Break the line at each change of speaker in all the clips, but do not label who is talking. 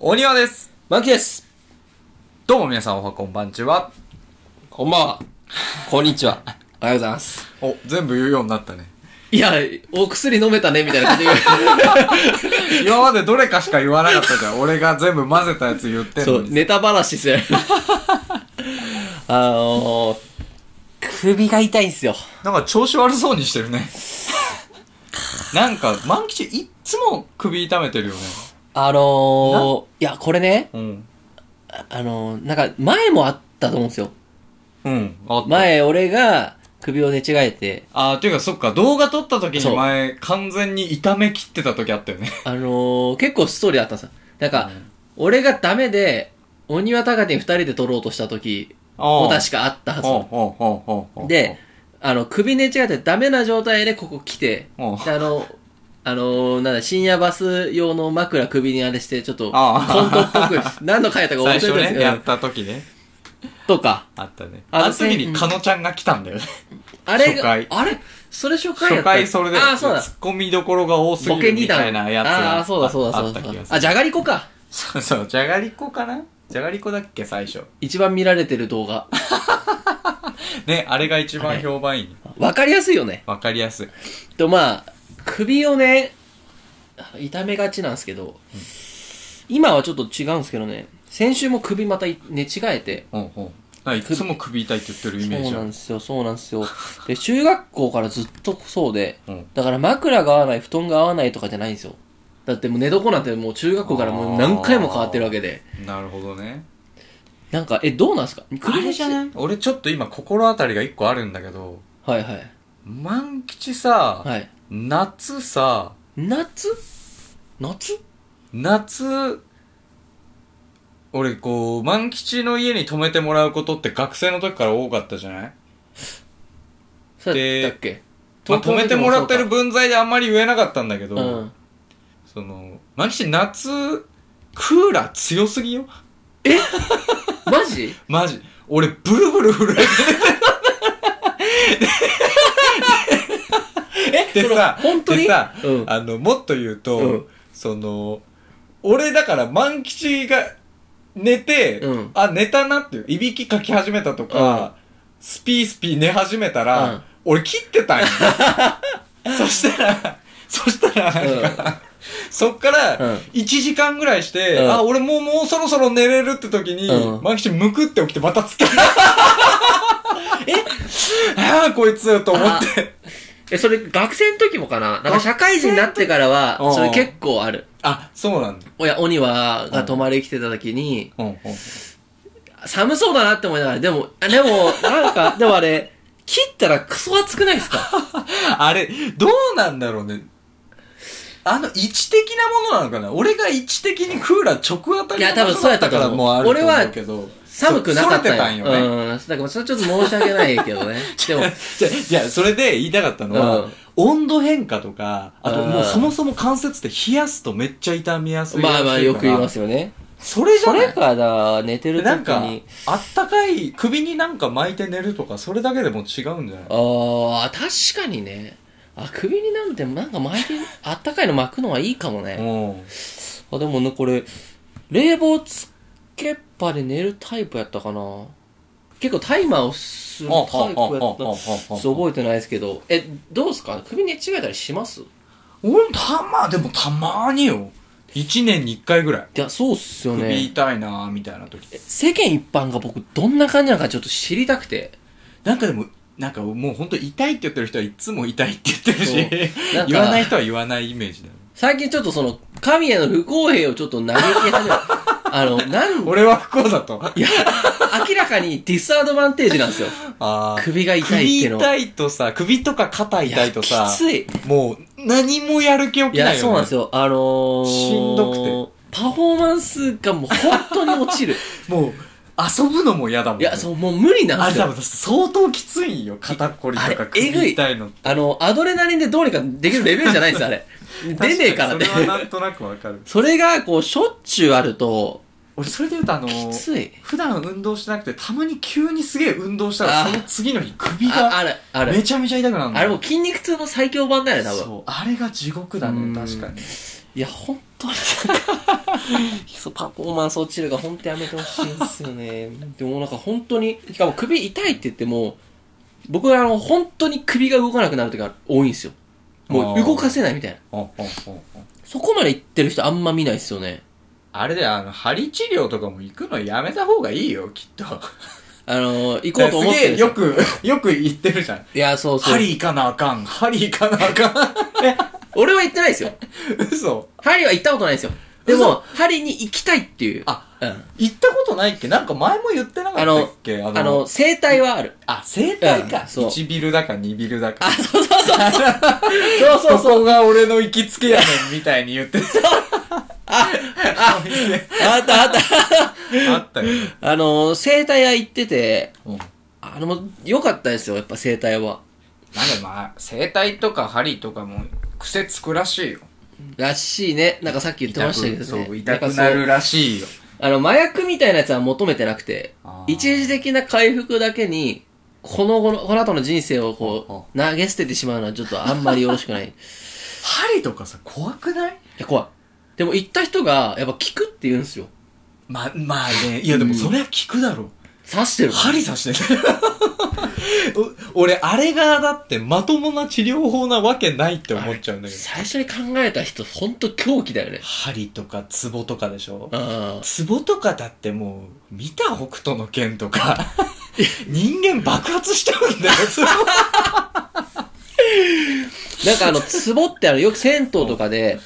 お庭です
マキです。
どうも皆さんおはこんばんちは
こんばんは。こんにちは。おはようございます。
お全部言うようになったね
いや、お薬飲めたね、みたいなこと言われ て。
今までどれかしか言わなかったじゃん俺が全部混ぜたやつ言ってん
そ
の
う、
に
ネタ話する。あのー、首が痛いんすよ。
なんか調子悪そうにしてるね なんか万吉いっつも首痛めてるよね
あのー、いや、これね、
うん
ああのー、なんか前もあったと思うんですよ。
うんあった
前、俺が首を寝違えて、
あーていうかそっか動画撮った時
そ
に
う
前完全に痛め切ってた時あったよ ね
あのー、結構ストーリーあったんですよ。なんか、俺がダメで、鬼は高手二人で撮ろうとした時
お
も確かあったはず
おうおうおうおうおう
で、あの、首寝違ってダメな状態でここ来て、
おう
であの、あのなんだ、深夜バス用の枕首にあれして、ちょっと、コ
ああ
ントっぽく、何の回とか
最
面白
初
いで
ね
すけど、
やった時ね
とか、
あったね
あ
あ
の
の時
う
に
ん
かのちゃんが来たんだよね
あれ
初
が、あ
回
れそれ初回や
初
った
回それで、
ああ、そうだ。
ツッコミどころが多すぎ
ボケ
る
二
み
段。
たいなやつ
あ
が
あ、そうだそうだ
あ
そ
っ
う
た
だ
気が。す
あ、
る。
じゃがりこか。
そうそう、じゃがりこかなじゃがりこだっけ、最初。
一番見られてる動画。
ね、あれが一
あ
番
れ
評判いい。
わかりやすいよね。
わかりやすい。
と、まあ、首をね、痛めがちなんですけど、今はちょっと違うんですけどね、先週も首またい寝違えて、
ほうほう。なんかいつも首痛いって言ってるイメー
そう
ジあ
なん
る。
ですよ、そうなんですよ。で、中学校からずっとそうで、
うん
だから枕が合わない、布団が合わないとかじゃないんですよ。だってもう寝床なんてもう中学校からもう何回も変わってるわけで。
なるほどね。
なんか、え、どうなんですか首の
い俺ちょっと今心当たりが一個あるんだけど、
はいはい。
万吉さ、
はい。
夏さ、
夏夏
夏、俺こう、万吉の家に泊めてもらうことって学生の時から多かったじゃない
そうだったっけ
まあ、止めてもらってる分際であんまり言えなかったんだけど、
うん。
その、マキシ夏、クーラー強すぎよ。
マジ
マジ。俺、ブルブル震えて
え
でさ
その本当に
でさ
うん。
あの、もっと言うと、
うん
その、俺だから万吉が寝て、
うん
あ、寝たなっていう、いびきかき始めたとか、スピースピー寝始めたら、
うん
俺切って たんよ。そしたら、そしたらなんか、そっから
うん
1時間ぐらいして、
うん
あ、俺もうもうそろそろ寝れるって時に、
うん
万吉むくって起きてまたつ けえ ああ、こいつと思って。
え、それ学生の時もかななんか社会人になってから
学
は
生の、時
それ結構ある。
あ、そうなんだ。
おや、鬼はが泊まり来てた時に、
うんうん
寒そうだなって思いながら、でも、あでも、なんか、 でもあれ、切ったらクソ熱くないで すか
あれ、どうなんだろうね。あの、位置的なものなのかな俺が位置的にクーラー直当たり
いや多分そうやったと思う
もあると思うけど。
寒くなかっ
そ
た
れてたんよね。
うん。だからそれちょっと申し訳ない けどね。でも、
じゃ、じゃあそれで言いたかったのは、
うん
温度変化とか、あと
うん
もうそもそも関節って冷やすとめっちゃ痛みやすいらしいから
まあまあよく言いま。すよね。
それじゃ
そ
ない
れかだ、寝てる時
なんか
に。、
あったかい、首になんか巻いて寝るとか、それだけでも違うんじゃない
ああ、確かにね。あ、首になんて、なんか巻いて、あったかいの巻くのはいいかもね。
うん。
あでもねこれ冷房つけっぱで寝るタイプやったかな結構タイマーをするタイプやったちょっと覚えてないですけどえどうですか首寝違えたりしますい
俺もたま、でもたまによ。一年に一回ぐらい。
やそうっすよ
首
ね
痛いなーみたいな時
え世間一般が僕どんな感じなのかちょっと知りたくて
なんかでもなんかもう本当痛いって言ってる人はいつも痛いって言ってるし
そうなんか
言わない人は言わないイメージだよ
最近ちょっとその神への不公平をちょっと嘆き始めたあの なん
俺は不幸だと
いや明らかにディスアドバンテージなんですよ
あー
首が痛いっての
首痛いとさ首とか肩痛いと
や
さ
きつい
もう何もやる気起
い
きないよ、
や、
ね、
そうなんですよ。あのー、
しんどく
て。パフォーマンスがもう本当に 落ちる。
もう遊ぶのも嫌だもん
いや、
う
そう、もう無理な
あ
んで
れ
す
多
よ。
分相当きついんよ肩こりと
あ
か
れえぐい
首痛いの
あの、アドレナリンでどうにかできるレベルじゃないんですよ、あれ。出ねえからっ て
確。にそれはなんとなくわかる
それが、こう、しょっちゅうあると、
俺それで言うとあの
きつい。
普段運動してなくてたまに急にすげえ運動したら
あー
その次の日首
あ、
が
あれ、あ
め
れ。
ちゃめちゃ痛くなるの
あれもう筋肉痛の最強版だよね、多分。
そうあれが地獄だ
うん
ね確かに
いや、本当になんかそうパフォーマンス落ちるが本当やめてほしいんですよね。でもなんか本当に、しかも首痛いって言っても、僕はあの、本当に首が動かなくなる時が多いんですよ。もう
あー
動かせないみたいな。
ほんほんほんほん
そこまで行ってる人あんま見ないですよね。
あれで、あの、針治療とかも行くのやめた方がいいよ、きっと。
あのー、行こうと思っ
す
て
げ
る
え
んですよ
よく、 よく言ってるじゃん。
いや、そうそう。
針行かなあかん。針行かなあか
俺は行ってないですよ。
ん。 嘘。
針は行ったことないですよ。でも、針に行きたいっていう。
あ、
うん。
行ったことないっけなんか前も言ってなかったっけあ
あの、整体はある。
あ、整体か。
うんそう
1ビルだか2ビルだか。
そうそうそう。そうそ う
ここが俺の行きつけやねんみたいに言ってた。あ、
あったあった。
あ、あったよ。
あの、整体屋行ってて、
うん
あの、良かったですよ、やっぱ整体は。
なんでまあ、整体とか針とかも癖つくらしいよ。
らしいね。なんかさっき言ってましたけどね。
そう、痛くなる
んか
らしいよ。
そうあの、麻薬みたいなやつは求めてなくて
あ、ー
一時的な回復だけに、この後の、この後の人生をこう、投げ捨ててしまうのはちょっとあんまりよろし くない。い
針とかさ、怖くない
や、怖い。でも行った人が、やっぱ効くって言うんですよ。
ま、まあね、いやでもそれは聞くだろ。
刺してるの
針刺してる。お 俺、あれがだってまともな治療法なわけないって思っちゃうんだけど。
最初に考えた人、ほんと狂気だよね。
針とか壺とかでしょ
ああ。
壺とかだってもう、見た北斗の剣と か、人間爆発しちゃうんだよ、
なんかあの、ツボってあの、よく銭湯とかで、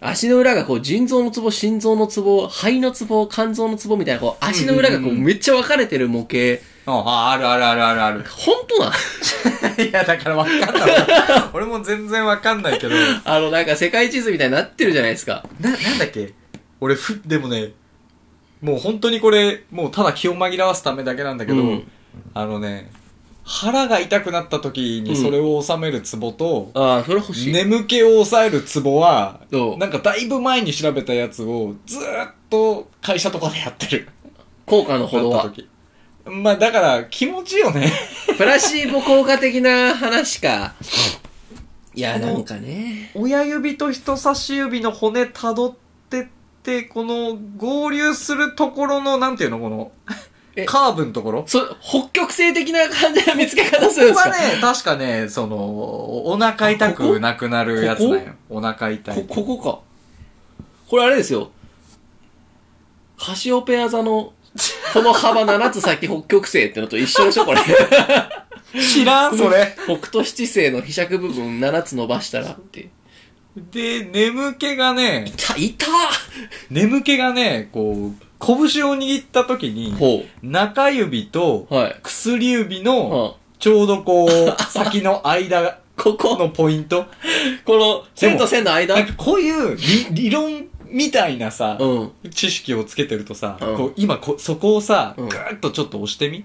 足の裏がこう、腎臓のツボ、心臓のツボ、肺のツボ、肝臓のツボみたいな、こう、足の裏がこ
うん
う、
うんうん
めっちゃ分かれてる模型。
あ、あるあるあるあるある。
本当なん
いや、だからわかんない。俺も全然わかんないけど、な、
あの、なんか世界地図みたいになってるじゃないですか。
なんだっけ俺、ふ、でもね、もう本当にこれ、もうただ気を紛らわすためだけなんだけど、
うん
あのね、腹が痛くなった時にそれを収めるツボと、
ああ、それ欲しい。
眠気を抑えるツボは
そ、う
なんかだいぶ前に調べたやつをずーっと会社とかでやってる。
効果のほど
な
は
っ。た時 まあだから気持ちいいよね。
プラシーボ効果的な話か。いや、なんかね。
親指と人差し指の骨辿ってって、この合流するところの、なんていうのこの
え、
カーブのところ
そ、北極星的な感じの見つけ方するん
ここ
です
は
か
ね、確かね、その、お腹痛くなくなるやつだよ。お腹痛い。
こ、ここか。これあれですよ。カシオペア座の、この幅7つ先北極星ってのと一緒でしょ、こ れ。
知らんそれ。
北斗七星の被尺部分7つ伸ばしたらっていう。
で、眠気がね、
た、いた
眠気がね、こう、拳を握った時に、
ほ
中指と
う。はい。
薬指の、
は
ちょうどこう、先の間
ここ、
のポイント。
この線と線の間
なんかこういう理理論みたいなさ、
うん。
知識をつけてるとさ、
うん
こう今こそこをさ、
うん
ぐーっとちょっと押してみ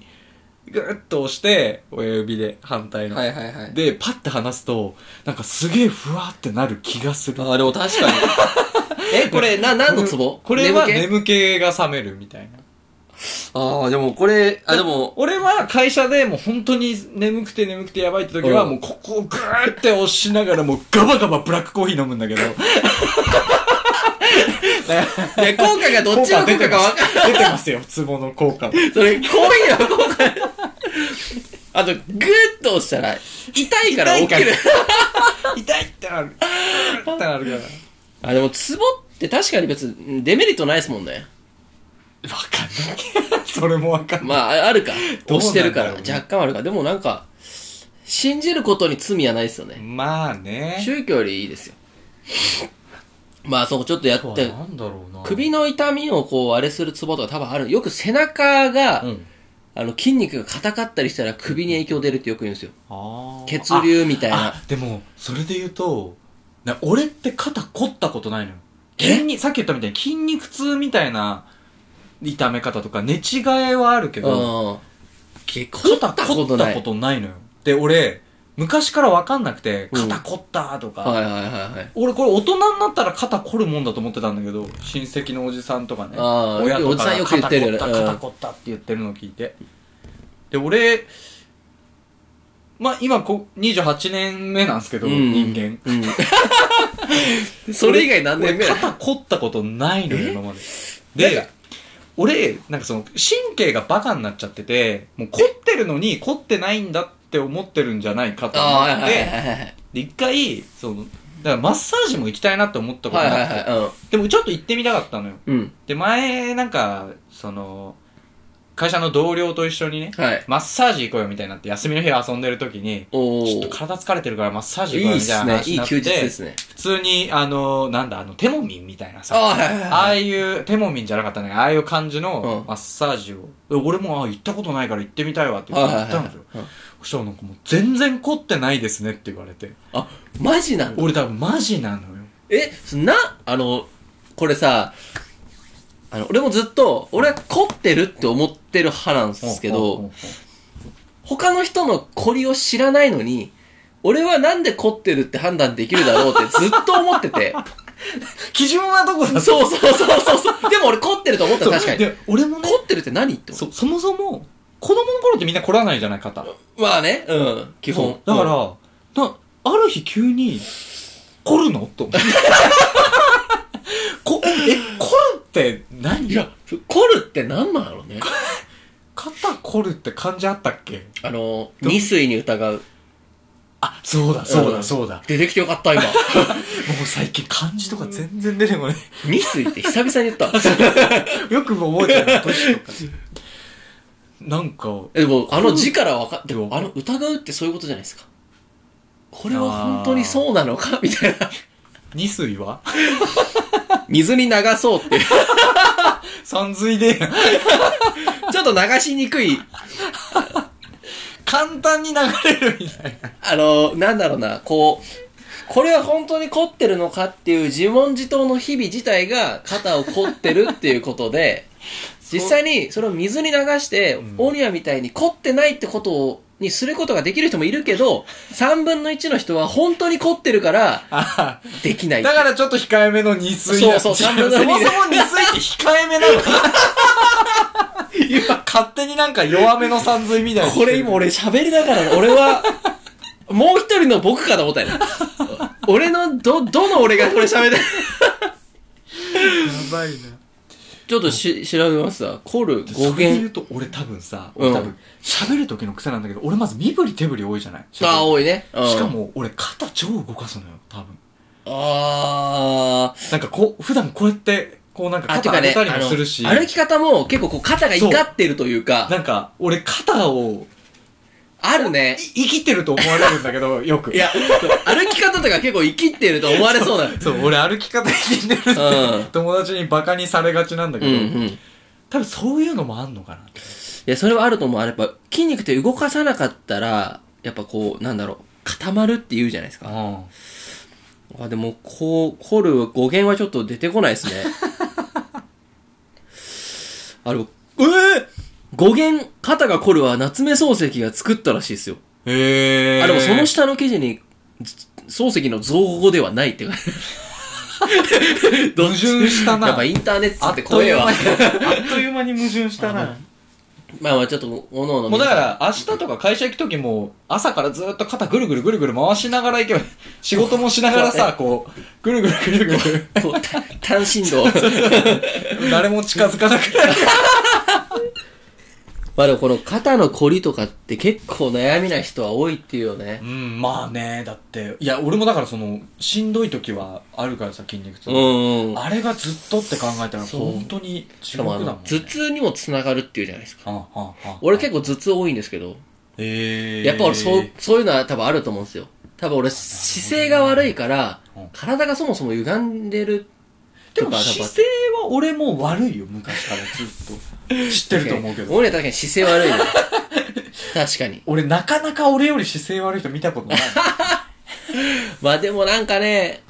ぐーっと押して親指で反対の、
いはいはい。
でパッて離すとなんかすげえふわってなる気がする
あ、でも確かに。 え、これ、な、何のツボ
これは
眠気
眠気が覚めるみたいな
ああ、でもこれ、あ、でも、
俺は会社でもう本当に眠くて眠くてやばいって時は
うん
もうここをぐーって押しながらもうガバガバブラックコーヒー飲むんだけ ど
いや、効果がどっちの効果か分かんない。
出てますよツボの効果は
それ、こういうのこうか。あと、グーッと押したら、痛いから起きる。
痛いってなる。ってなるから。わ
あ、でも、ツボって確かに別に、デメリットないですもんね。
かんない。それもわかんない。
まあ、ああるか。
どうなんだろう
押してるから、若干あるか。でもなんか、信じることに罪はないですよね。
まあね。
宗教よりいいですよ。まあ、そこちょっとやって、
んだろうな
首の痛みをこう、あれするツボとか多分ある。よく背中が、
うん。
あの、筋肉が硬かったりしたら首に影響出るってよく言うんですよ。
あー
血流みたいな。
あ、でも、それで言うと、な俺って肩凝ったことないのよ。筋肉、さっき言ったみたいに筋肉痛みたいな痛め方とか、寝違えはあるけど、
うん。
結
凝った
肩凝
こ
っ
と
た
ない
ことないのよ。で、俺、昔からわかんなくて、
うん
肩凝ったとか、
はいはいはいはい。
俺これ大人になったら肩凝るもんだと思ってたんだけど親戚のおじさんとかね
あー
親と
おじ
か
さ
が
んよく言ってるよね
肩凝っ
う
た
ん
肩凝ったって言ってるのを聞いてで俺まあ今こ28年目なんですけど、
うん
人間
うん。 それ以外何年目
俺肩凝ったことないのよ、今まで。
なん
で
か、
俺、なんかその、神経がバカになっちゃってて、もう凝ってるのに凝ってないんだって思ってるんじゃないかと
ああ、はい
思っ
はい
て、
はいはい。
で、一回、その、だからマッサージも行きたいなって思ったこと
はい
が
は
あ
い
って、
は
でもちょっと行ってみたかったのよ。
い。うん。うん。
で、前、なんか、その、会社の同僚と一緒にね、
はい。
マッサージ行こうよみたいになって、休みの日遊んでる時に、
おお。
ちょっと体疲れてるからマッサージ
い
行こう
い
よ
っ
みたい
す
な
ね。
話
い
に
い
なって、
休日ですね。
普通に、あの、なんだ、あの、テモミンみたいな
あ
さ、
あ、はいはい
あ
はい。
あいう、テモミンじゃなかったね、ああいう感じ
う
の
ん
マッサージを、俺も、あ行ったことないから行ってみたいわって言
はい
って
は
行っ
いはいは
た
い
んですよ。そしたらなんかもう、全然凝ってないですねって言われて、
あ、マジなんだ。
俺多分マジなのよ。
え、な、あの、これさ、あの、俺もずっと、俺は凝ってるって思ってる派なんですけ
うんうんうん
ど、他の人の凝りを知らないのに、俺はなんで凝ってるって判断できるだろうってずっと思っ てて。
基準はどこだ
そうそうそうそうそう。でも俺凝ってると思った
そう
確かに。
で俺もね、
凝ってるって何って
そ
思
そもそも、子供の頃ってみんな凝らないじゃない、肩。
う。まあね、うん、基
そうだ
本。
から、
うん、
なある日急に、凝るのと思って。 こえ、凝るって何
いや、凝るって何なんだろうね。
肩凝るって感じあったっけ
あの、未遂に疑う。
あ、そうだ、そうだ、そうだ。も
出てきてよかった、 今。
う最近漢字とか全然出てこない。
未遂って久々に言った。
よく覚えてる年とか。なんか、
えでも、あの字からわかって
でも、
あの、疑うってそういうことじゃないですか。これは本当にそうなのかみたいな。
二水は
水に流そうっていう。
三水で、
ちょっと流しにくい。
簡単に流れるみたいな。
あの、なんだろうな、こう、これは本当に凝ってるのかっていう自問自答の日々自体が肩を凝ってるっていうことで、実際に それを水に流して、
ん
オニアみたいに凝ってないってことを、にすることができる人もいるけど、3分の1の人は本当に凝ってる から、
あ
できないっていう
だからちょっと控えめの二水
そうそう
そもそも二水って控えめなの。 今、勝手になんか弱めの三水みたいな。
これ今俺喋りながら、俺は、もう一人の僕かと思ったよ。俺の、ど、どの俺がこれ喋って
やばいな。
ちょっとし、調べますわ。コル語
それで言
源。
うと、俺多分さ、
うん
俺多分、喋る時の癖なんだけど、俺まず身振り手振り多いじゃない
ああ、多いね。うん
しか。も、俺肩超動かすのよ、多分。
あー
なんかこう、普段こうやって、こうなんか
あ。
肩上げたりもするし、
あの歩き方も結構こう肩が怒ってるというか、
なんか、俺肩を、
ある
い
ね。
生きてると思われるんだけど、よく。
い や、歩き方とか結構生きってると思わ れそうな。
そう、俺歩き方生きてるって、
うん
友達にバカにされがちなんだ
う
け
んう
ど、
ん。い
多分そういうのもあんのかな。
や、それはあると思う。あれやっぱ筋肉って動かさなかったら、やっぱこう、なんだろう、固まるって言うじゃないですか。
うん。
あ、でも、こう、コル語源はちょっと出てこないですね。 あれ、えー、語源、肩がコルは夏目漱石が作ったらしいですよ。
へー。
あ、でもその下の記事に、 ず漱石の造語ではないって書いてある
矛盾したな
やっぱインターネット
あ
っ
ってと
怖
い
え
う間
わ
に。、 あっという間に矛盾したな。
まあまあちょっと、おのおの。
もうだか、ら、明日とか会社行く時も、朝からずっと肩ぐるぐるぐるぐる回しながら行けば、仕事もしながらさ、こう、ぐるぐるぐる ぐ
こうた単身道。
る、誰も近づかなくなる。
まあでもこの肩の凝りとかって結構悩みな人は多いっていうよね
う。ん、まあね、だって、いや、俺もだからその、しんどい時はあるからさ、筋肉痛。
うん。
あれがずっとって考えたら、
そう
本当に地
しか
獄
も
だ
あ
もん、
の
ね。
頭痛にもつながるっていうじゃないですか。
はんはんはん
俺結構頭痛多いんですけど、
えー、
やっぱ俺そう、そういうのは多分あると思うんですよ。多分俺姿勢が悪いから
うん、
体がそもそも歪んでる
で
とか
も
多分あって。
姿勢は俺も悪いよ、昔からずっ と。知ってると思うけど。
俺は確かに姿勢悪いよ。 確かに。
俺なかなか俺より姿勢悪い人見たことない。
まあでもなんかね、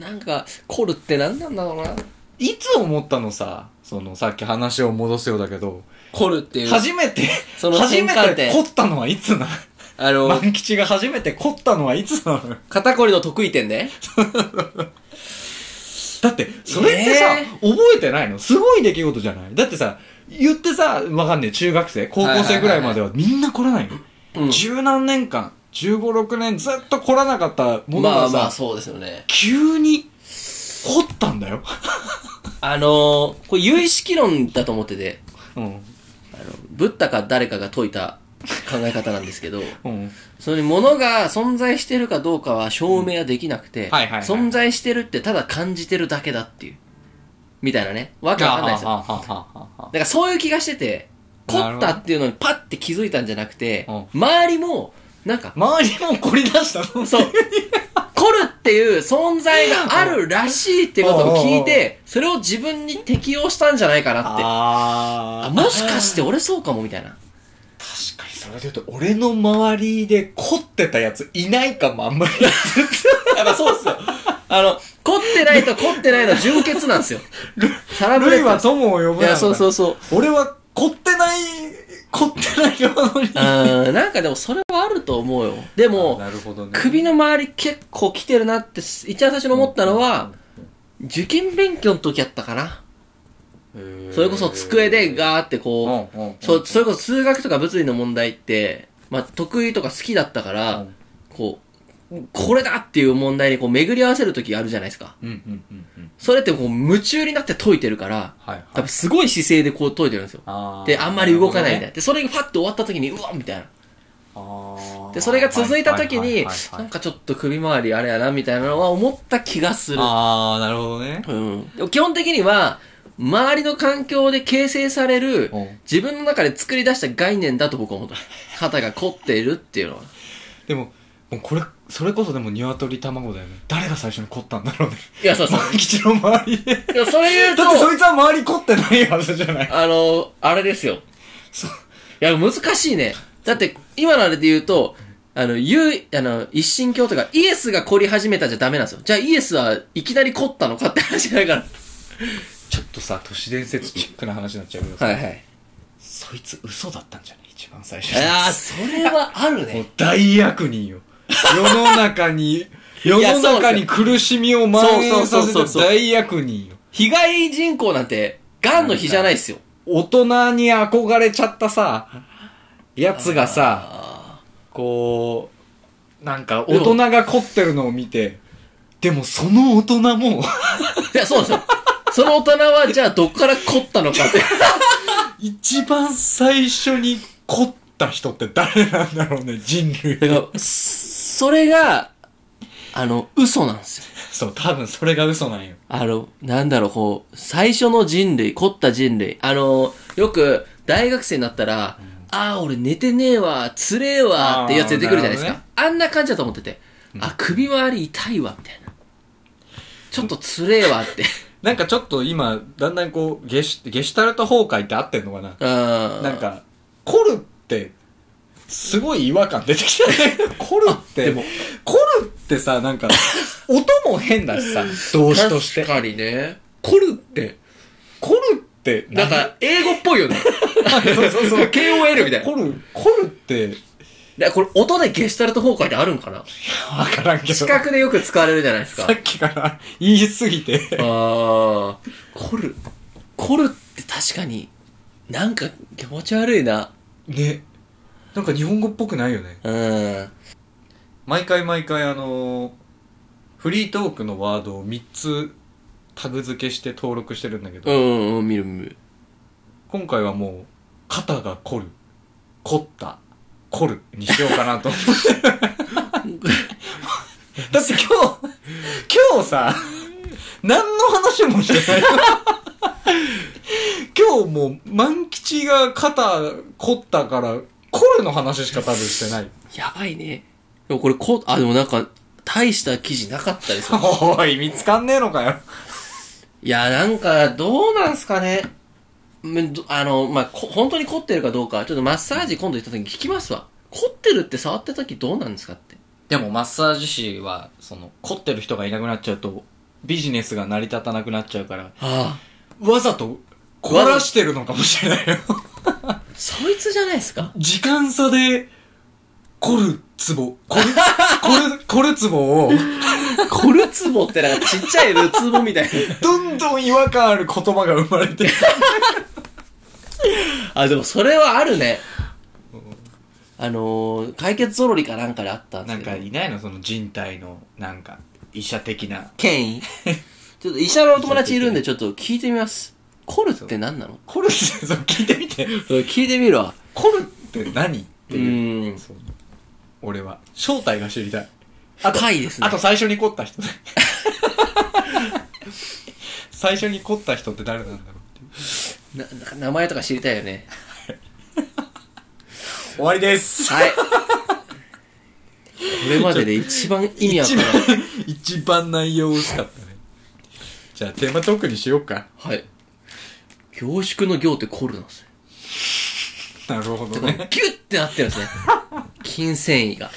なんか、凝るって何なんだろうな。
いつ思ったのさ、そのさっき話を戻すようだけど、
凝るっていう。
初めて、
その
初
転換点
めて凝ったのはいつな
あ
の
の、
万吉が初めて凝ったのはいつなの
肩こりの得意点ね。
だって、それってさ、
え
覚えてないのすごい出来事じゃないだってさ、言ってさ、わかんねえ、中学生、高校生ぐらいまではみんな来らないの。
うん
十何年間、 1 5 6年ずっと凝らなかったもの
まあ
がさ、
まあ、そうですよね。
急に凝ったんだよ。
あのー、これ有意識論だと思ってて、
うん。
あの、ブッダか誰かが解いた考え方なんですけど、
うん。
それに物が存在してるかどうかは証明はできなくて、
はいはいはい
存在してるってただ感じてるだけだっていう。みたいなね。わけわかんないですよ。
はあはあはあはあは
だからそういう気がしてて、凝
なる
っ
ほ
た
ど
っていうのにパッて気づいたんじゃなくて、
うん
周りも、なんか、
あ周りも凝り出したの
そう、凝るっていう存在があるらしいっていうことを聞いて、それを自分に適用したんじゃないかなって。
あ
あ
あ
もしかして俺そうかもみたいな。
確かにそれで言うと俺の周りで凝ってたやついないかもあん まり
やっぱそうっすよ。あの、凝ってないと凝ってないの純潔なんですよ。サラブ
ル
レ
イ
ッド
は
なんですよ。
友を呼ぶなん
い
だ
や、そうそうそう。
俺は凝ってない凝ってない側に
うん、なんかでもそれはあると思うよ。でも、
なるほどね
首の周り結構来てるなって、一番最初に思ったのは、受験勉強の時やったかな。それこそ机で
ッ
ガーってこう、
うんうんうん
そそれこそ数学とか物理の問題って、まあ、得意とか好きだったから、
うん
こう、これだっていう問題にこう巡り合わせる時があるじゃないですか。
うんうんうんうん
それってこう夢中になって解いてるから、
はい
多
はい
分すごい姿勢でこう解いてるんですよ。
あー
で、あんまり動かないみたいな。
る
で、それがファッと終わった時に、うわみたいな。
ほどねあー
で、それが続いた時
はいはい
に
はいは、い
なんかちょっと首回りあれやな、みたいなのは思った気がする。
ああなるほどね
うん。でも基本的には、周りの環境で形成される
うん、
自分の中で作り出した概念だと僕は思った。肩が凝っているっていうのは。
でももうこれそれこそでも鶏卵だよね誰が最初に凝ったんだろうね
いや、そうそう。
吉の周りで
いやそういうと
だっ、てそいつは周り凝ってないはずじゃない。
あの、あれですよ。
そう。
いや、難しいね。だって、今のあれで言うと、あの、ゆう、あの、一神教とか、イエスが凝り始めたじゃダメなんですよ。じゃあイエスはいきなり凝ったのかって話だから。
ちょっとさ、都市伝説チックな話になっちゃうけどさ、
はいはい。
そいつ嘘だったんじゃない一番最初のや
ああ、
つ。
それはある
もう
ね。
大悪人よ。世の中に、世の中に苦しみを蔓延させ
そうそうそう
た
そう
大悪人よ。
被害人口なんて、ガンの比じゃないですよ。
大人に憧れちゃったさ、やつがさ、
あ
こう、なんか大人が凝ってるのを見て、でもその大人 も、
ーいや、そうですよ。その大人は、じゃあどっから凝ったのかって。
一番最初に凝った人って誰なんだろうね、人類。
だから、それが、あの、嘘なんですよ。
そう、多分それが嘘なんよ。
あの、なんだろう、こう、最初の人類、凝った人類。あの、よく、大学生になったら、ああ、俺寝てねえわ、つれえわ、っていうやつ出てくるじゃないです
あ
か。
ーなる
あんな感じだと思ってて。あ、首周り痛いわ、みたいな。ちょっとつれえわ、って。
なんかちょっと今、だんだんこう、ゲシゲシュタルト崩壊って合ってんのか な
うん。
なん、か、凝るって、すごい違和感出てきたね。 凝るって、
でも
凝るってさ、なん か、音も変だしさ、動詞として
確。かにね。凝るって、
凝るって、
なんか、英語っぽいよね。
何、 そうそうそう。
KOL みたいな
凝。る、凝るって、
だからこれ、音でゲシュタルト崩壊ってあるんかな
わからんけど。
視覚でよく使われるじゃないですか。
さっきから言いすぎて。
ああ。凝る。凝るって確かに、なんか気持ち悪いな。
ね。なんか日本語っぽくないよね。
うん。
毎回毎回あのーフリートークのワードを3つタグ付けして登録してるんだけど、
うん、うん、見る見る。
今回はもう肩が凝る凝った凝るにしようか なと思ってだって今日今日さ何の話もしてない今日もう万吉が肩凝ったから凝るの話しか多分してない
やばいね。でもこれ、こ、あ、でもなんか、大した記事なかったですよ。
おい見つかんねえのかよ
いや、なんか、どうなんすかね。うんどあの、まあ、こ本当に凝ってるかどうか、ちょっとマッサージ今度行った時に聞きますわ。凝ってるって触った時どうなんですかって。
でもマッサージ師はその凝ってる人がいなくなっちゃうとビジネスが成り立たなくなっちゃうから
あ
わざと凝らしてるのかもしれないよ
あ。そいつじゃないで すか
時間差で凝るツボ凝る 凝る凝るツボを
コルツボってなんかちっちゃいルツボ みたいな。
どんどん違和感ある言葉が生まれてる
あ、でもそれはあるね。あのー解決ぞろりかなんかであったんで
な
す
ん
けど
かいないのその人体のなんか医者的な
権威ちょっと医者のお友達いるんでちょっと聞いてみますコルって何なの
コルってそう聞いてみて
それ聞いてみるわ
コルって何って
う
いう
ーん
そう俺は正体が知りたい
深いですね
あと最初に凝った人ね 最初に凝った人って誰なんだろうっていう
なな名前とか知りたいよね
終わりです
はいこれまでで一番意味わからない
一番 一番内容薄かったねじゃあテーマトークにしようか
はい凝縮の行ってコルなんですよ
なるほど
だから
ね
ギュッてなってるんですね筋繊維が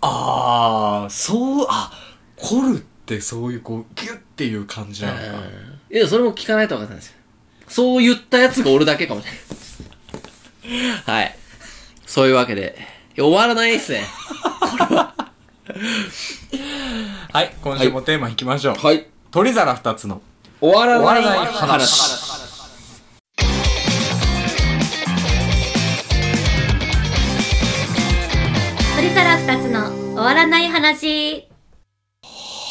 ああそうあ凝るってそういうこうギュッていう感じなのか
いや、それも聞かないと分かんないですよ。そう言ったやつが俺だけかもしれない。はい。そういうわけで。いや終わらないですね。
はい今週もテーマいきましょう、
はい。
鳥皿2つの
終わら
終わ
な
ら
い
ない
話。
話
鳥皿二つの終わらない話。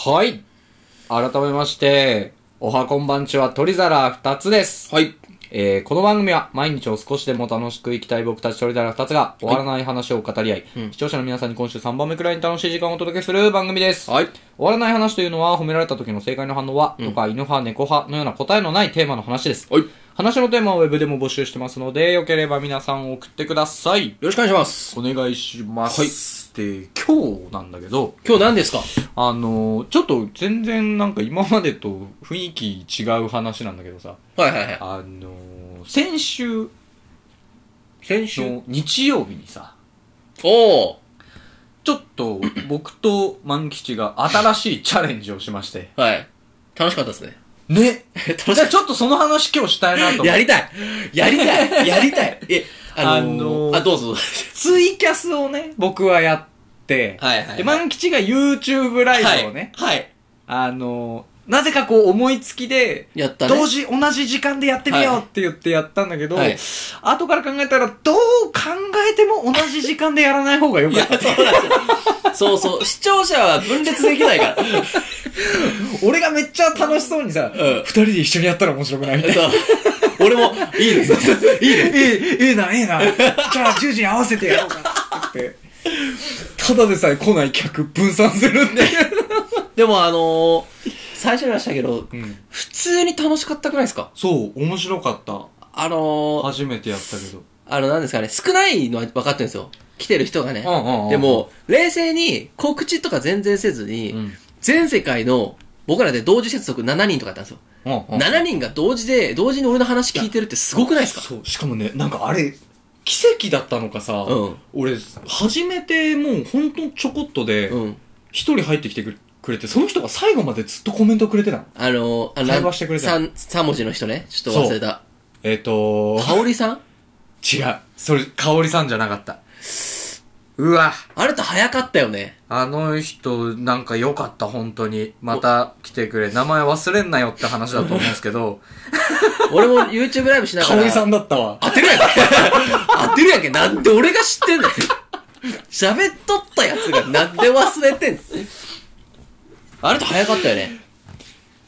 はい改めましておはこんばんちは鳥皿2つです
はい。
えーこの番組は毎日を少しでも楽しく生きたい僕たち鳥ら2つが終わらない話を語り合い、
うん
視聴者の皆さんに今週3番目くらいに楽しい時間をお届けする番組です。
はい。
終わらない話というのは褒められた時の正解の反応は、とか犬派、猫派のような答えのないテーマの話です。
はい。よ
話のテーマはウェブでも募集してますので、よければ皆さん送ってください。
ろしくお願いします。
お願いします。で、今日なんだけど、
今日何ですか
あのーちょっと全然なんか今までと雰囲気違う話なんだけどさ、
はいはいはい。
あのー先週、
先
の日曜日にさ
おー。
ちょっと僕と万吉が新しいチャレンジをしまして
はい。楽しかったです ね。
ね
楽しか
じゃあちょっとその話今日したいなと思っ
や
て
りたいやりたいやりたいえ、あのー
あのー
あ、どうぞ。
ツイキャスをね僕はやって、
はいはいはい
で万吉が YouTube ライブをね、
はい。はい。
あのなぜかこう思いつきで
やったね。
同時同じ時間でやってみようって言ってやったんだけど、
はい
後から考えたらどう考えても同じ時間でやらない方がよ
い
か
や、
った
そうなんですよ。そうそう。視聴者は分裂できないから。
俺がめっちゃ楽しそうにさ、
ん
二人で一緒にやったら面白くないみたいな
そう。俺も、いいです。 いいね。
ええ、ええな、ええな。じゃあ10時に合わせてやろうかって。ただでさえ来ない客分散するんで。
でもあのー、最初に言いましたけど、
うん。
普通に楽しかったくないですか
そう、面白かった。
あのー、
初めてやったけど。
あの、なんですかね、少ないのは分かってるんですよ。来てる人がね。
うんうんうん
でも、冷静に告知とか全然せずに、全世界の、僕らで同時接続7人とかやったんですよ。
うん。
7人が同時で、同時に俺の話聞いてるってすごくないですか
そう、しかもね、なんかあれ、奇跡だったのかさ、
うん
俺、初めてもうほんとちょこっとで、
うん。
一人入ってきてくれて、その人が最後までずっとコメントくれてたの。
あのー、あの
会話してくれた
三三文字の人ね。ちょっと忘れた。
えっ、と
香織さん
違う。それ、香織さんじゃなかった。うわ。
あれと早かったよね。
あの人、なんか良かった、本当に。また来てくれ。名前忘れんなよって話だと思うんですけ ど。
俺も YouTube ライブしながら。
んだったわ。
当てるやんけ 当てるやんけなんで俺が知ってんだよ喋っとったやつがなんで忘れてんのあれと早かったよね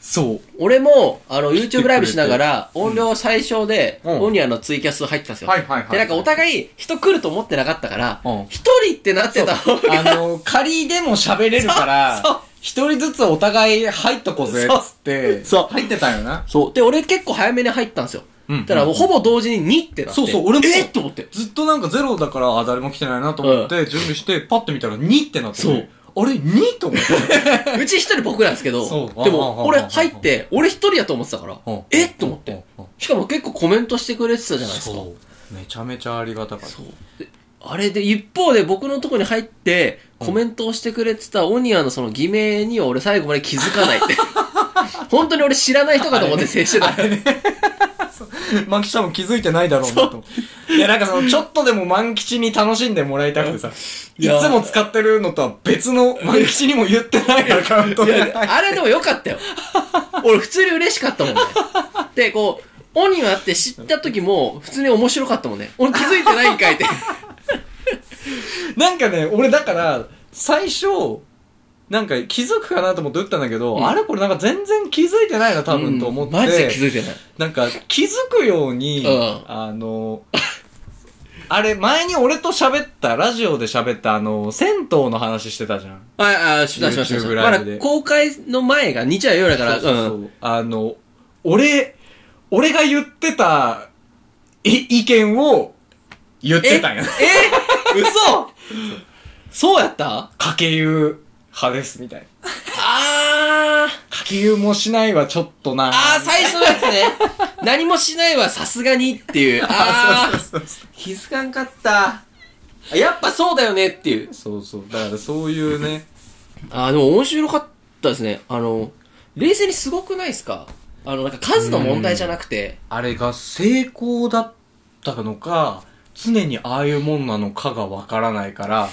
そう。
俺もあの YouTube ライブしながら音量最小で、
うん
オニアのツイキャス入ってたんですよ、
はいはいはい
でなんかお互い人来ると思ってなかったから
うん
一、人ってなってた方が
あの、仮でも喋れるから
そうそう、
一人ずつお互い入っとこうぜ、
そう
つって。
そう
入ってたよな。
そうで俺結構早めに入ったんですよ、
うん
たらもうほぼ同時に2ってなって
そうそう俺も
えっと思って
ずっとなんかゼロだから、あ、誰も来てないなと思って、準備して、パッと見たら2ってなってて。
そう
あれ ?2? と思って。
うち一人僕なんですけど
そう、あ
で
ああ
も
あ
俺入って、俺一人やと思ってたか
うん
ら、えっと思っ
うん
て
うん。
しかも結構コメントしてくれてたじゃないですか。
そう。めちゃめちゃありがたかった。
そうであれで、一方で僕のとこに入って、コメントをしてくれてたオニアのその偽名には俺最後まで気づかない って。本当に俺知らない人かと思って接してた。
満吉多分気づいてないだろうなと。いや、なんかその、ちょっとでも満吉に楽しんでもらいたくてさ、い
いや
つも使ってるのとは別の満吉にも言ってないアカウント
い
で
や。あれでもよかったよ。俺普通に嬉しかったもんね。で、こう、オニアって知った時も普通に面白かったもんね。俺気づいてないんかいって。
なんかね、俺だから、最初、なんか気づくかなと思って打ったんだけど、
うん
あれこれなんか全然気づいてないな、多分と思って。
マジで気づいてない。
なんか気づくように、
うん
あの、あれ前に俺と喋った、ラジオで喋ったあの、銭湯の話してたじゃん。
ああ、しました、しまし
YouTube
た。ま
ライ
だ
ブで
公開の前が日曜夜だか
そ
ら、
うそうそう
うん。
あの、俺、俺が言ってた、い、意見を、言ってたんや。
え嘘そうやった
かけ湯派です、みたいな。
あー。
かけ湯もしないはちょっとな。
あー、最初のやつね。 何もしないはさすがにっていう。あー、
そうそうそう
気づかんかった。やっぱそうだよねっていう。
そうそう。だからそういうね。
あー、でも面白かったですね。あの、冷静にすごくないですかあの、なんか数の問題じゃなくて。
あれが成功だったのか、常にああいうもんなのかがわからないから、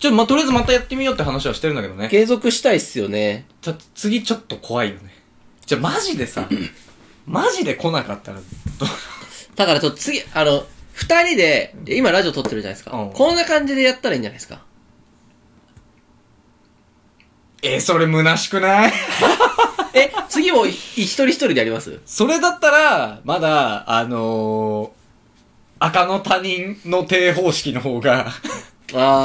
ちょっとまあ、とりあえずまたやってみようって話はしてるんだけどね。
継続したいっすよね。
ちょっと次ちょっと怖いよね。じゃあマジで さ、マジで来なかったら、
だからちょっと次、あの、二人で、今ラジオ撮ってるじゃないですか。
うん
こんな感じでやったらいいんじゃないですか。
えー、それ虚しくない
え、次もい一人一人でやります
それだったら、まだ、あのー、赤の他人の定方式の方が、
あ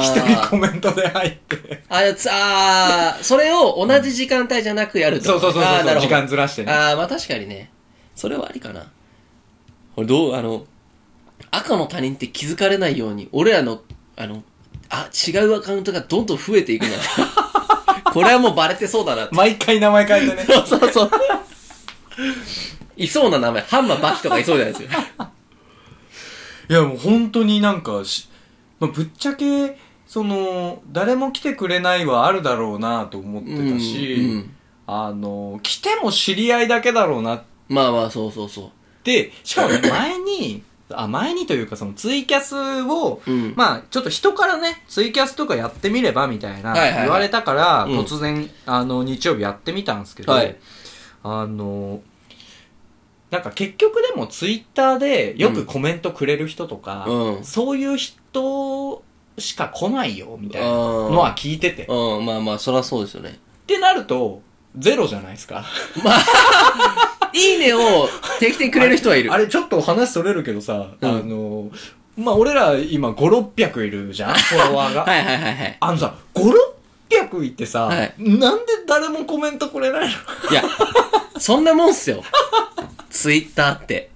一人コメントで入って。
あー、つあー、それを同じ時間帯じゃなくやると。
そうそうそうそ
あー
う
なる
そう、時
ほど
間ずらしてね。
ああ、まあ確かにね。それはありかな。俺どう、あの、赤の他人って気づかれないように、俺らの、あの、あ、違うアカウントがどんどん増え ていくな。これはもうバレてそうだなって。
毎回名前変えてね。
そうそうそう。いそうな名前、ハンマーバキとかいそうじゃないですか。
いやもう本当になんかし、まあ、ぶっちゃけその誰も来てくれないはあるだろうなと思ってたし、
うんうん
あの来ても知り合いだけだろうなっ
まあまあ、そうそうそ
てしかもね前にあ前にというかそのツイキャスを、
う。うん。
まあちょっと人からねツイキャスとかやってみればみたいな
はいはいはい
言われたから、
うん
突然あの日曜日やってみたんですけど、
はい
あのなんか結局でもツイッターでよくコメントくれる人とか、
うん
そういう人しか来ないよみたいなの
あ
は聞いてて。っ
ーうん、まあまあ、そりゃそうですよね。
てなると、ゼロじゃないですか。
いいねを定期的にくれる人はいる。
あれ、ちょっと話それるけどさ、
うん
あの、まあ、俺ら今5、600いる じゃんフォロワーが。
はいはいはいはい。
あのさ、5、600いってさ、
はい
なんで誰もコメントくれないの
いや、そんなもんっすよ。ツイッターって。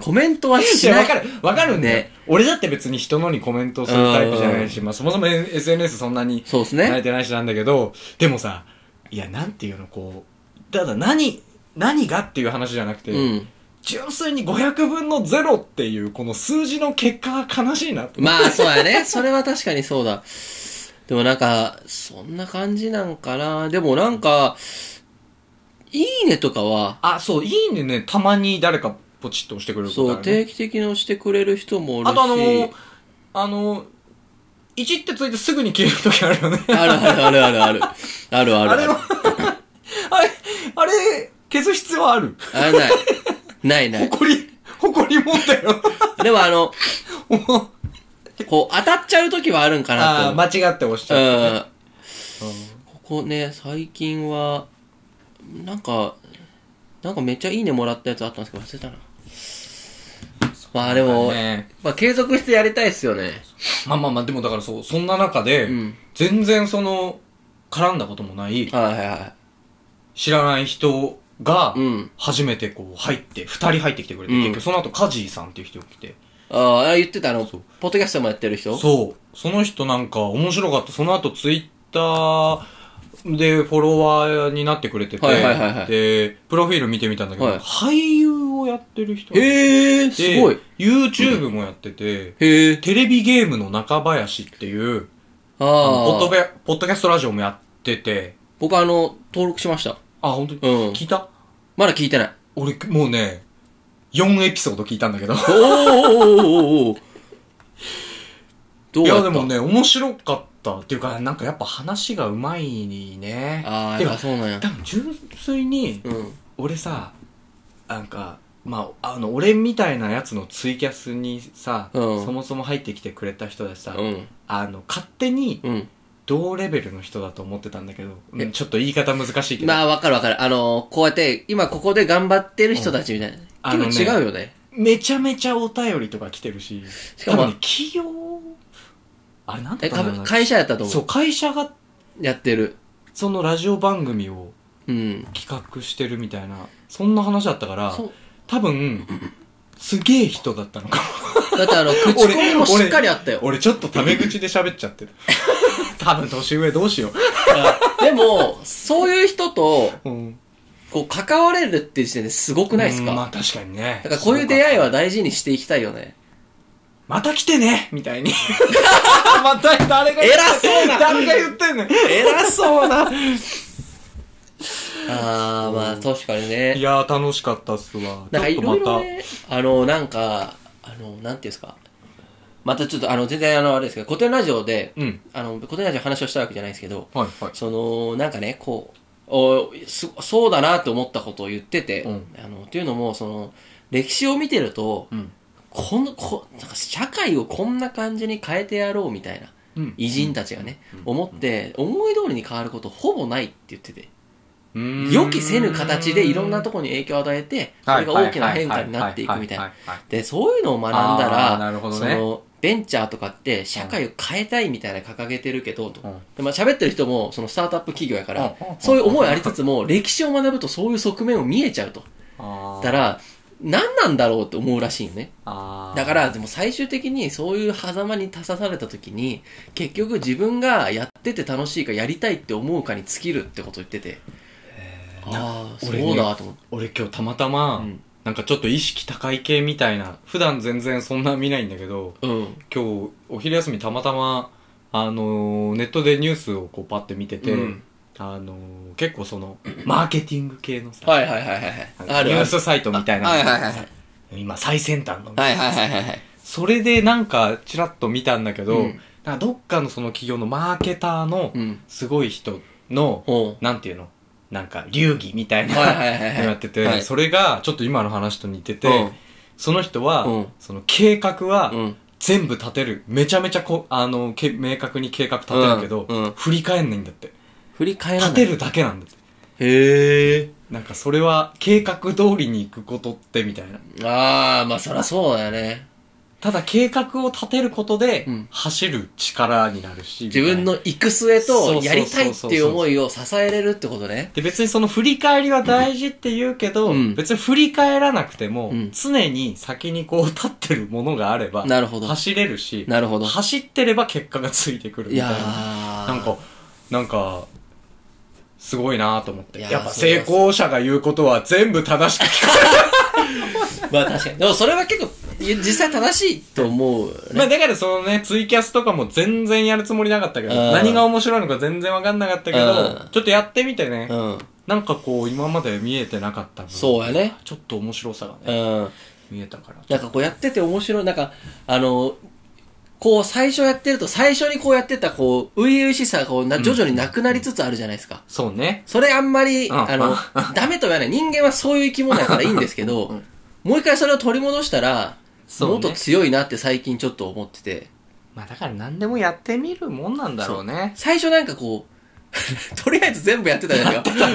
コメントはいし
や、
な
わ
い。
かる。わかるね
ね。
俺だって別に人のにコメントするタイプじゃないし、まあ、そもそも SNS そんなに
そうです
慣れ
ね。
てないしなんだけど、でもさ、いや、なんていうの、こう、ただ何、何がっていう話じゃなくて、
うん。
純粋に500分の0っていう、この数字の結果が悲しいなと。
まあ、そうやね。 それは確かにそうだ。でもなんか、そんな感じなんかな。でもなんか、いいねとかは、
あ、そう、いいねね、たまに誰かポチッと押してくれるこ
そ
とあ
う、
る、ね。
定期的に押してくれる人もおるし。
あとあのー、あのー、1ってついてすぐに消えるときあるよね。
あるあるあるあるある。あるある
あれは、あれ、あれ、消す必要ある。
あれない。ないない。
誇り、誇りもんだよ。
でもあの、こう、当たっちゃう時はあるんかなと思
あ
う
あ、。間違って押しちゃう。
うん。
うん
ここね、最近は、なんか、なんかめっちゃいいねもらったやつあったんですけど忘れたな。まあでも、
ね
まあ継続してやりたいっすよね。
まあまあまあ、でもだからそう、そんな中で、
うん。
全然その、絡んだこともない、
はいはいは
知らない人が
い。う、ん。
初めてこう入って、二人入ってきてくれて、
うん
結局その後カジーさんっていう人が来て、
ああ、言ってたあの、ポ
そう
ッドキャストもやってる人
そう、その人なんか面白かった。その後ツイッターでフォロワーになってくれてて、
はいはいはいはい
で、プロフィール見てみたんだけど、
はい
俳優をやってる人。
へえ、す
で
ごい。。
YouTube もやってて、
へえ。
テレビゲームの中林っていう、
あ
あのポッド
あ
キ。ャポッドキャストラジオもやってて、
僕あの、登録しました。
あ、本当に、
うん。
聞いた
まだ聞 いてない。
俺、もうね、4エピソード聞いたんだけど。
おーおーおーおーおー どう
い
やっ
や
た
でもね、面白かったっていうか、なんかやっぱ話がうまいにね。
ああ、
て
やっ
か
ぱ、そうなんや
多。分純粋に、
うん。
俺さ、なんか、まあ、あの俺みたいなやつのツイキャスにさ、
うん
そもそも入ってきてくれた人だしさ、
うん。
あの勝手に
うん。
同レベルの人だと思ってたんだけど、うん
え
ちょっと言い方難しいけど、
まあ、わかるわかる。あの、こうやって、今ここで頑張ってる人たちみたいな。
あのね
結構違うよね。
めちゃめちゃお便りとか来てるし
し
多
か
分
も
ね、企業あれなんだ
え、
った
多
んだろう
分
な
会社やったと思。
そうう会社が
やってる。
そのラジオ番組を
うん。
企画してるみたいなそんな話だったから
そう。
多分すげえ人だったのかも
だってあの、口コミもしっかりあったよ。
俺ちょっとタメ口で喋っちゃ ってる多分年上どうしよ
でも、そういう人と、
う、うん、
こう、関われるっていう時点ですごくないです
うんまあ
か
確かにね
だからこういう出会いは
だ
大事にしていきたいよね。
また来てねみたいに また誰が言って
偉そうな
誰が言ってんねん
偉そうな。ああー、まあ確かにね
い。やー楽しかったっすわ
なんかい
ちょ
ろ
っ
い
とま
ろ
た
ね、あの、なんか、あの、なんていうんですか。またちょっと、あの、全然、あの、あれですけど、古典ラジオで、
うん
あの、古典ラジオの話をしたわけじゃないんですけど、
はいはい
その、なんかね、こう、おすそうだなと思ったことを言ってて、
うん
あの、っていうのも、その、歴史を見てると、
うん
この、こ、なんか社会をこんな感じに変えてやろうみたいな、
うん
偉人たちがね、思って、思い通りに変わることほぼないって言ってて、
うーん
予期せぬ形でいろんなところに影響を与えて、それが大きな変化になっていくみたいな。
な
で、そういうのを学んだ
あー
ら、
なるほど
そ
ね
の、ベンチャーとかって社会を変えたいみたいな掲げてるけど、と
うん
でまあ喋ってる人もそのスタートアップ企業やから、
うんうんうん
そういう思いありつつも、歴史を学ぶとそういう側面を見えちゃうと。
あー
だから、何なんだろうって思うらしいよね。
あー
だから、でも最終的にそういう狭間に立たされた時に、結局自分がやってて楽しいかやりたいって思うかに尽きるってこと言ってて、ああ、そう
俺ね
だと思って。
俺今日たまたま、
うん
なんかちょっと意識高い系みたいな普段全然そんな見ないんだけど
うん。
今日お昼休みたまたまあのーネットでニュースをこうパッて見てて、
うん
あのー結構そのマーケティング系のさ、
はいはいはいはいはい。ある
ニュ
あ
ー
る。
スサイトみたいな
はいはいはいはい。
今最先端の、
はいはいはいはいはい。
それでなんかちらっと見たんだけど、
うん
なんかどっかのその企業のマーケターの
うん。
すごい人の、
ほ。
なんていうのなんか流儀みたいうな、
はいはいはいはい。
やってて、
はい
それがちょっと今の話と似てて、
うん
その人は、
うん
その計画は
うん。
全部立てる。めちゃめちゃこあのけ明確に計画立てるけど、
うんうん
振り返んないんだって。
振り返らない。
立てるだけなんだって。
へえ。
なんかそれは計画通りに行くことってみたいな。
あー、まあそらそうだよね。
ただ計画を立てることで
うん
走る力になるし。
自分の
みたいな。
行く末
そうそうそう
と
そう
やりたいっていう思いを支えれるってことね。
で別にその振り返りは大事って言うけど、
うん
別に振り返らなくても、
うん
常に先にこう立ってるものがあれば、
なるほど。
走れるし、
なるほど。
走ってれば結果がついてくる
い
み
や
たい
ー
な。なんか、なんか、すごいなと思って。
い
や
やー
っぱ成功者が言うことは全部正しく聞く。
まあ確かに。でもそれは結構、実際正しいと思う、
まあ
ね。
だからそのね、ツイキャスとかも全然やるつもりなかったけど、
うん
何が面白いのか全然わかんなかったけ
う
ど
ん、
ちょっとやってみてね、
うん。
なんかこう今まで見えてなかった分
そうやね。
ちょっと面白さが
う
ね、
ん。
見えたから。
なんかこうやってて面白い、なんか、あの、こう最初やってると、最初にこうやってた、こう、初々しさがこうな、徐々になくなりつつあるじゃないですか。
そうね。
それあんまり、
ん
あの、 ダメとは言わない。人間はそういう生き物やからいいんですけ ど、もう一回それを取り戻したら、
そうね
もっと強いなって最近ちょっと思ってて。
まあだから何でもやってみるもんなんだろうね。
最初なんかこう、 とりあえず全部やってたじゃないですか。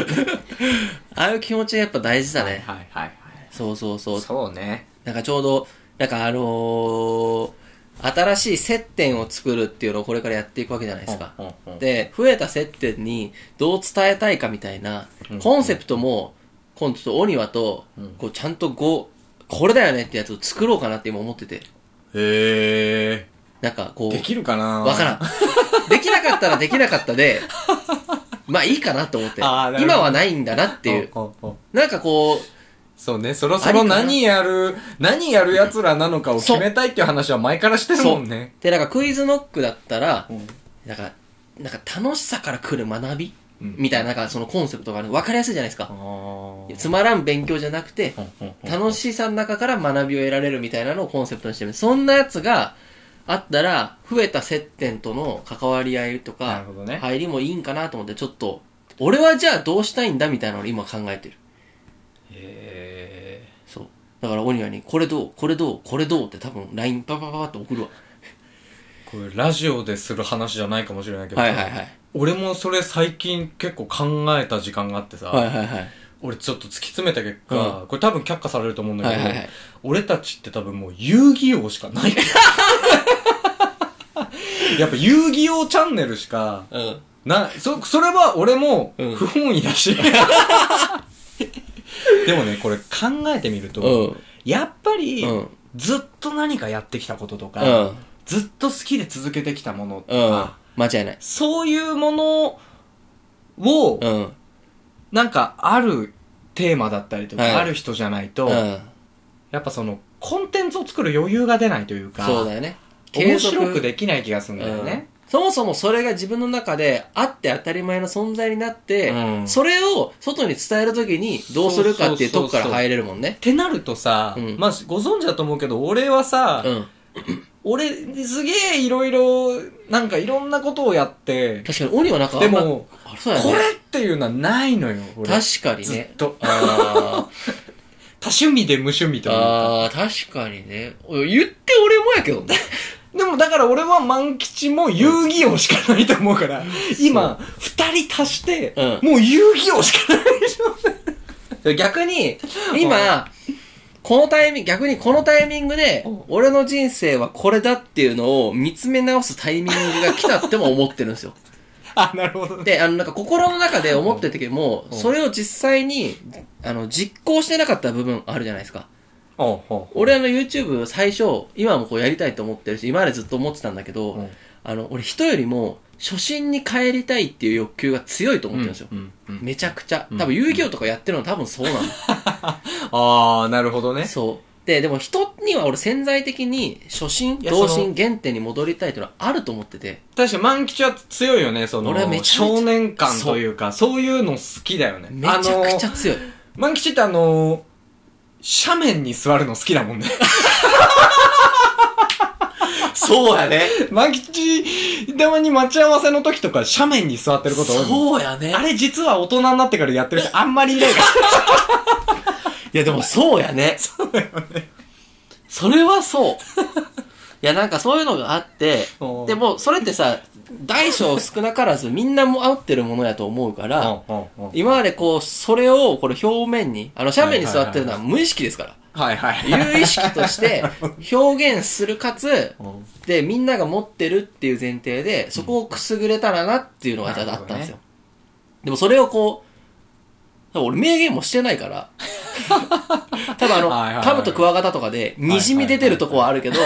ああいう気持ちがやっぱ大事だね。
はいはいはい。
そうそうそう。
そうね。
なんかちょうど、なんかあのー新しい接点を作るっていうのをこれからやっていくわけじゃないですか。
うんうんうん
で、増えた接点にどう伝えたいかみたいな、コンセプトも、今度ちょっとオニワと、こうちゃんとこう、これだよねってやつを作ろうかなって今思ってて。
へえ。
なんかこう、
できるかな
わからん。できなかったらできなかった で、まあいいかなと思って
あーな。るほど
今はないんだなっていう。
おおお
なんかこう、
そうね、そろそろ何やる、何やる奴らなのかを決めたいっていう話は前からしてるもんね。
で、なんかクイズノックだったら、なんか、なんか楽しさから来る学び、
うん
みたいな、なんかそのコンセプトがある。わかりやすいじゃないです
あ
か。
ー
つまらん勉強じゃなくて、
うんうん
楽しさの中から学びを得られるみたいなのをコンセプトにしてる。そんなやつがあったら、増えた接点との関わり合いと
な
か
る、ほどね。
入りもいいんかなと思って、ちょっと、俺はじゃあどうしたいんだみたいなのを今考えてる。
へ
そう。だからオニアに、これどうこれどうこれどうって多分 LINE パパパパって送るわ。
これラジオでする話じゃないかもしれないけど、
はいはいはい。
俺もそれ最近結構考えた時間があってさ、
はいはいはい。
俺ちょっと突き詰めた結果、これ多分却下されると思うんだ
は
け
い
ど、
はいはい。
俺たちって多分もう遊戯王しかない。 やっぱ遊戯王チャンネルしか、
うん。
な、そ、それは俺も
うん
不本意だし。 でもね、これ考えてみると、
うん。
やっぱり、
うん
ずっと何かやってきたことと
う
か、
ん。
ずっと好きで続けてきたものと
うん
か、。
間違いない。
そういうものを、
うん。うん。
なんかあるテーマだったりとか、
はい
ある人じゃないと、やっぱそのコンテンツを作る余裕が出ないというか、
そうだよね。
面白くできない気がするんだよね。
そもそもそれが自分の中であって当たり前の存在になって、
うん
それを外に伝えるときにどうするかっていう
そうそ
とこから
うそうそう
入れるもんね
っ。てなるとさ、
うん
まあご存知だと思うけど、俺はさ、
うん。
俺すげえいろいろ、なんかいろんなことをやって、
確かに鬼はなんか
でも、
あんまあそうや
こ
ね。
れっていうのはないのよ、俺。
確かに
ずっ
ね。
と。
あ
多趣味で無趣味
ー
というか。
あー、確かにね。お言って俺もやけどね。
でもだから俺は万吉も遊戯王しかないと思うから、今、二人足して、
う
もう遊戯王しかない でしょ。
逆 に、今、このタイミング、逆にこのタイミングで
うん、
俺の人生はこれだっていうのを見つめ直すタイミングが来たっても思ってるんです よ。
あ、なるほどね。
で、あの、なんか心の中で思ってたけども、
うん
それを実際に、あの、実行してなかった部分あるじゃないですか。
おうおう
俺あの YouTube 最初、今もこうやりたいと思ってるし、今までずっと思ってたんだけど、
うん
あの、俺人よりも、初心に帰りたいっていう欲求が強いと思ってるんですよ。
うんうんうん
めちゃくちゃ。
うん
多分遊戯王とかやってるの多分そうなの。
ああ、なるほどね。
そう。で、でも人には俺潜在的に初心、
いや
童
その
心、原点に戻りたいっていうのはあると思ってて。
確かに万吉は強いよね、その、
俺はめちゃめちゃ
少年感というか、そういうの好きだよね。
めちゃくちゃ
あの、
強い。
万吉ってあの、斜面に座るの好きだもんね。
そうやね。
万吉、たまに待ち合わせの時とか斜面に座ってること多いもん
そうやね。
あれ実は大人になってからやってる人あんまりいないか
い やでもそうやね。そうやね。 それはそう。いやなんかそういうのがあって
うん、
でもそれってさ、大小少なからずみんなも合ってるものやと思うから、
ら。
今までこう、それをこれ表面に、あの斜面に座ってるのは無意識ですから。
はいはい。
有意識 として表現するかつ、
うん
で、みんなが持ってるっていう前提で、そこをくすぐれたらなっていうのが
なる
あ
ほどね
ったんですよ。でもそれをこう、多分俺名言もしてな いから、多分あの、
はいはいはい
カブとクワガタとかで、にじみ出てるとこはあるけど、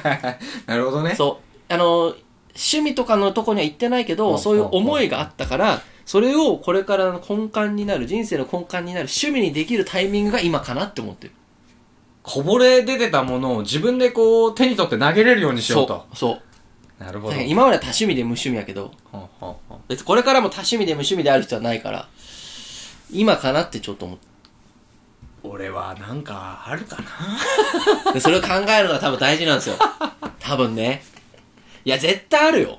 なるほどね。
そう、あの、趣味とかのとこには行ってないけ
う
ど、
ん
そういう思いがあったから、それをこれからの根幹になる、人生の根幹になる、趣味にできるタイミングが今かなって思ってる。
こぼれ出てたものを自分でこう手に取って投げれるようにしようと
そ。う。そう。
なるほ
だ
ど
から。今までは多趣味で無趣味やけど、
ほんほんほん
別にこれからも多趣味で無趣味である人はないから、今かなってちょっと思っ
俺はなんかあるかな
て。でそれを考えるのが多分大事なん ですよ。多分ね。いや、絶対あるよ。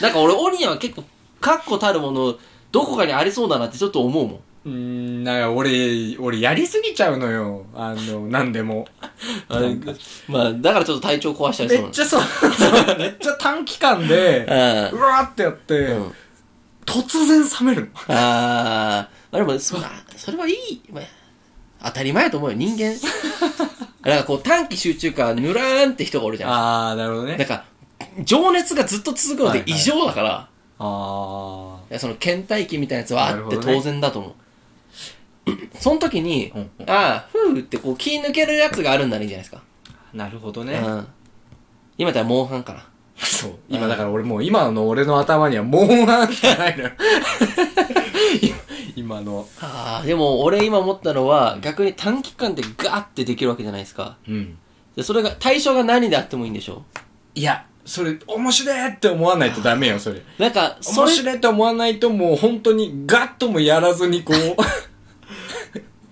なんか俺、オニアは結構、確固たるもの、どこかにありそうだなってちょっと思うもん。
うーん、なんか俺、俺やりすぎちゃうのよ。あの、 なんでも。
あれまあ、だからちょっと体調壊したり
め
そうな
っ
ん
ちゃそう、そうめっちゃ短期間で、
ゃ
うわーってやって、
うん。
突然冷めるの。
あー、まあでもそ、まあそれはいい。まあ当たり前やと思うよ、人間。なんかこう、短期集中からぬらーんって人がおるじゃん。
あー、なるほど
な
ね
ん。か、情熱がずっと続くの
はい
で
はい
異常だから、
あ
いやその倦怠期みたいなやつは
なる
あっ
ほ
て
どね
当然だと思う。 その時に、
うんうん
ああ、ふうってこう気抜けるやつがあるんならいいんじゃないですか。
ー。なるほどね。
うん。今やったらモンハンかな。
そう。今だから俺もう、今の俺の頭にはモンハンしか ないのよ。今今の。
ああ、でも俺今思ったのは、逆に短期間でガーってできるわけじゃないですか。
うん。
でそれが、対象が何であってもいいんでしょ
いや、それ、面白いって思わないとダメよ、それ。
なんか、そ
面
れ、
白いって思わないともう本当にガッともやらずにこう。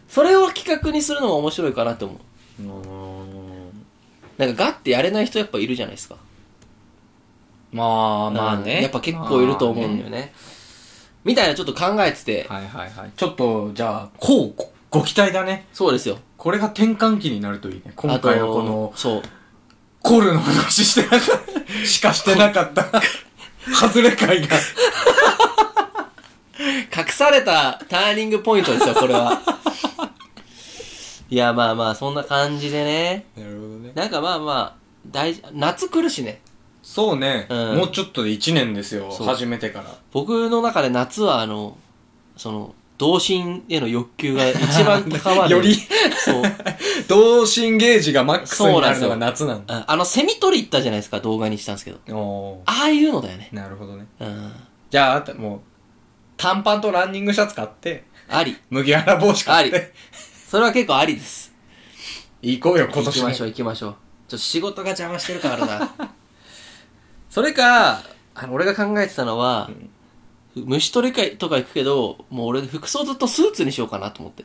それを企画にするのも面白いかなと思う。
うーん
なんかガッてやれない人やっぱいるじゃないですか。
まあまあ
う
ね。
んやっぱ結構いると思うんだよね。みたいなちょっと考えてて、
まあね。はいはいはい。ちょっと、じゃあ、こう、こご期待だね。
そうですよ。
これが転換期になるといいね。今回はこの
あと、そう。
コルの話してなか った。しかしてなかった。外れ会が。
隠されたターニングポイントですよ、これは。 いや、まあまあ、そんな感じでね。
なるほどね。
なんかまあまあ、大事、夏来るしね。
そうね、
うん
もうちょっとで1年ですよ。
そう
始めてから。
僕の中で夏は、あの、その、童心への欲求が一番関 わる。
より、
そう。
同心ゲージがマックスになるの
そ
が
うなん
夏なんだ。
ああの、セミ取り行ったじゃないですか、動画にしたんですけど。
お
ああいうのだよね。
ーなるほどね。
うん。
じゃあ、あともう、短パンとランニングシャツ買って、
あり。
麦わら帽子買って、
それは結構ありです。
行こうよ、今
行き
年
ま
も
しょう、行きましょう。ちょっと仕事が邪魔してるからな。それか、あの、俺が考えてたのは、虫取り会とか行くけど、もう俺、服装ずっとスーツにしようかなと思って。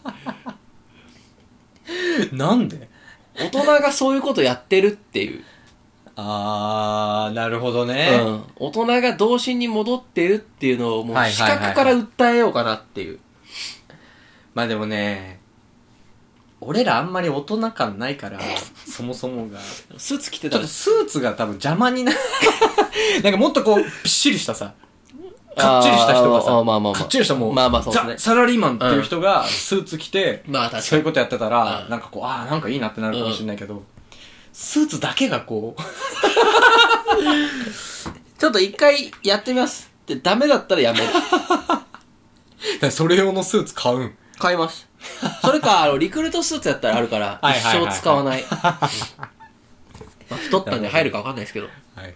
なんで
大人がそういうことやってるっていう。
あー、なるほどね。
うん。大人が童心に戻ってるっていうのを、もう
はい
視
はいはいはい
覚から訴えようかなっていう。
まあでもね、俺らあんまり大人感ないから、そもそもが。
スーツ着
ちょ
てた
っ
ら
と、スーツが多分邪魔になる。 なんかもっとこう、びっしりしたさ、かっちりした人がさ
あーあーまあまあまあ。
かっちりしたもう、
まあまあそうですね
ザ・サラリーマンっていう人がスーツ着て、
まあ確かに
そういうことやってたら、
うん
なんかこう、ああ、なんかいいなってなるかもしれないけど、スーツだけがこう、
ちょっと一回やってみます。で、ダメだったらやめる。
だからそれ用のスーツ買うん。
買います。それか、あの、リクルートスーツやったらあるから、
はい
一
はいはい
生使わない。まあ、太ったんで入るかわかんないですけど。
はいはい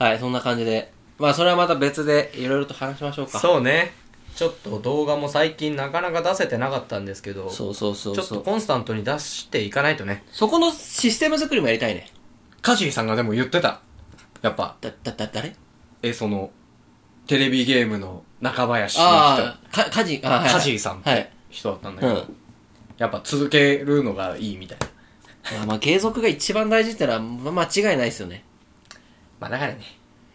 はい。
はい、そんな感じで。まあ、それはまた別で、いろいろと話しましょうか。
そうねちょっと動画も最近なかなか出せてなかったんですけど
そうそうそうそ
ちょっ
う
と。コンスタントに出していかないとね
そこのシステム作りもやりたいね。
カジーさんがでも言ってた。やっぱ、
だ、だ、だ、誰
え、その、テレビゲームの中林の
ああ、か、カジ、あーはい。
カジーさん
はい。
人だったんだ
う
け
ん
ど、。やっぱ続けるのがいいみたいな。
まあまあ、継続が一番大事ってのは、まあ、間違いないですよね。
まあだからね、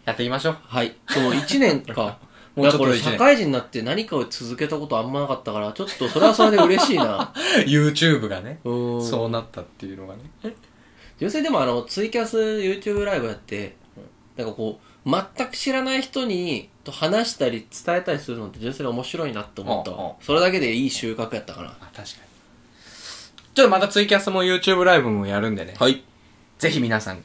やっていきましょう。
はい。そう、1年か。
もうちょっと
いやこれ
一年
社会人になって何かを続けたことあんまなかったから、ちょっとそれはそれで嬉しいな。
YouTube がね、
うん
そうなったっていうのがね。
女性でもあのツイキャス YouTube ライブやってなんかこう全く知らない人にと話したり伝えたりするのって純粋に面白いなって思った
うんうん
わそれだけでいい収穫やったから
あ確かに。ちょっとまたツイキャスも YouTube ライブもやるんでね。
はい
ぜひ皆さん、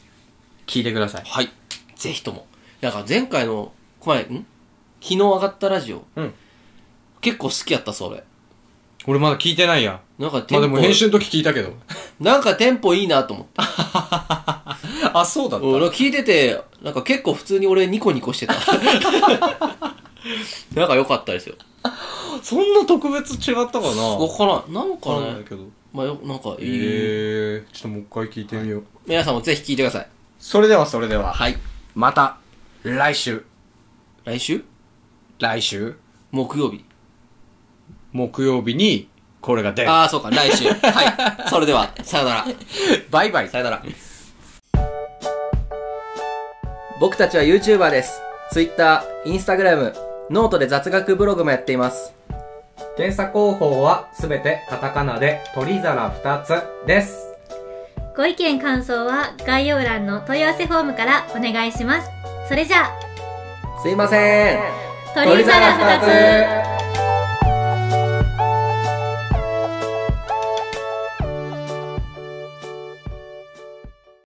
聞いてください。
はいぜひともなんか前回のこ前ん昨日上がったラジオ、
うん
結構好きやったそれ
俺まだ聞いてないや。
なんかテ
ま
ン
あで
ポ、
も編集の時聞いたけど。
なんかテンポいいなと思った
あ、そうだっ
俺
た。
聞いててなんか結構普通に俺ニコニコしてた なんか良かったですよ
そんな特別違ったかな
わからんなん
わ
か
かんない
ね
けど。
まあよなんかいい、
えー、ちょっともう一回聞いてみよう。
皆さんもぜひ聞いてください。
それではそれでは、
はい。
また、来週、
来週
来週、
木曜日。
木曜日に、これが出る。
ああ、そうか、来 週。はい。それでは、さよなら。
バイバイ。
さよなら。僕たちは YouTuber です。Twitter、Instagram、ノートで雑学ブログもやっています。
検査方法はすべてカタカナで鳥皿2つです
ご意見感想は概要欄の問い合わせフォームからお願いします。それじゃあ、
すいません。
鳥皿2つ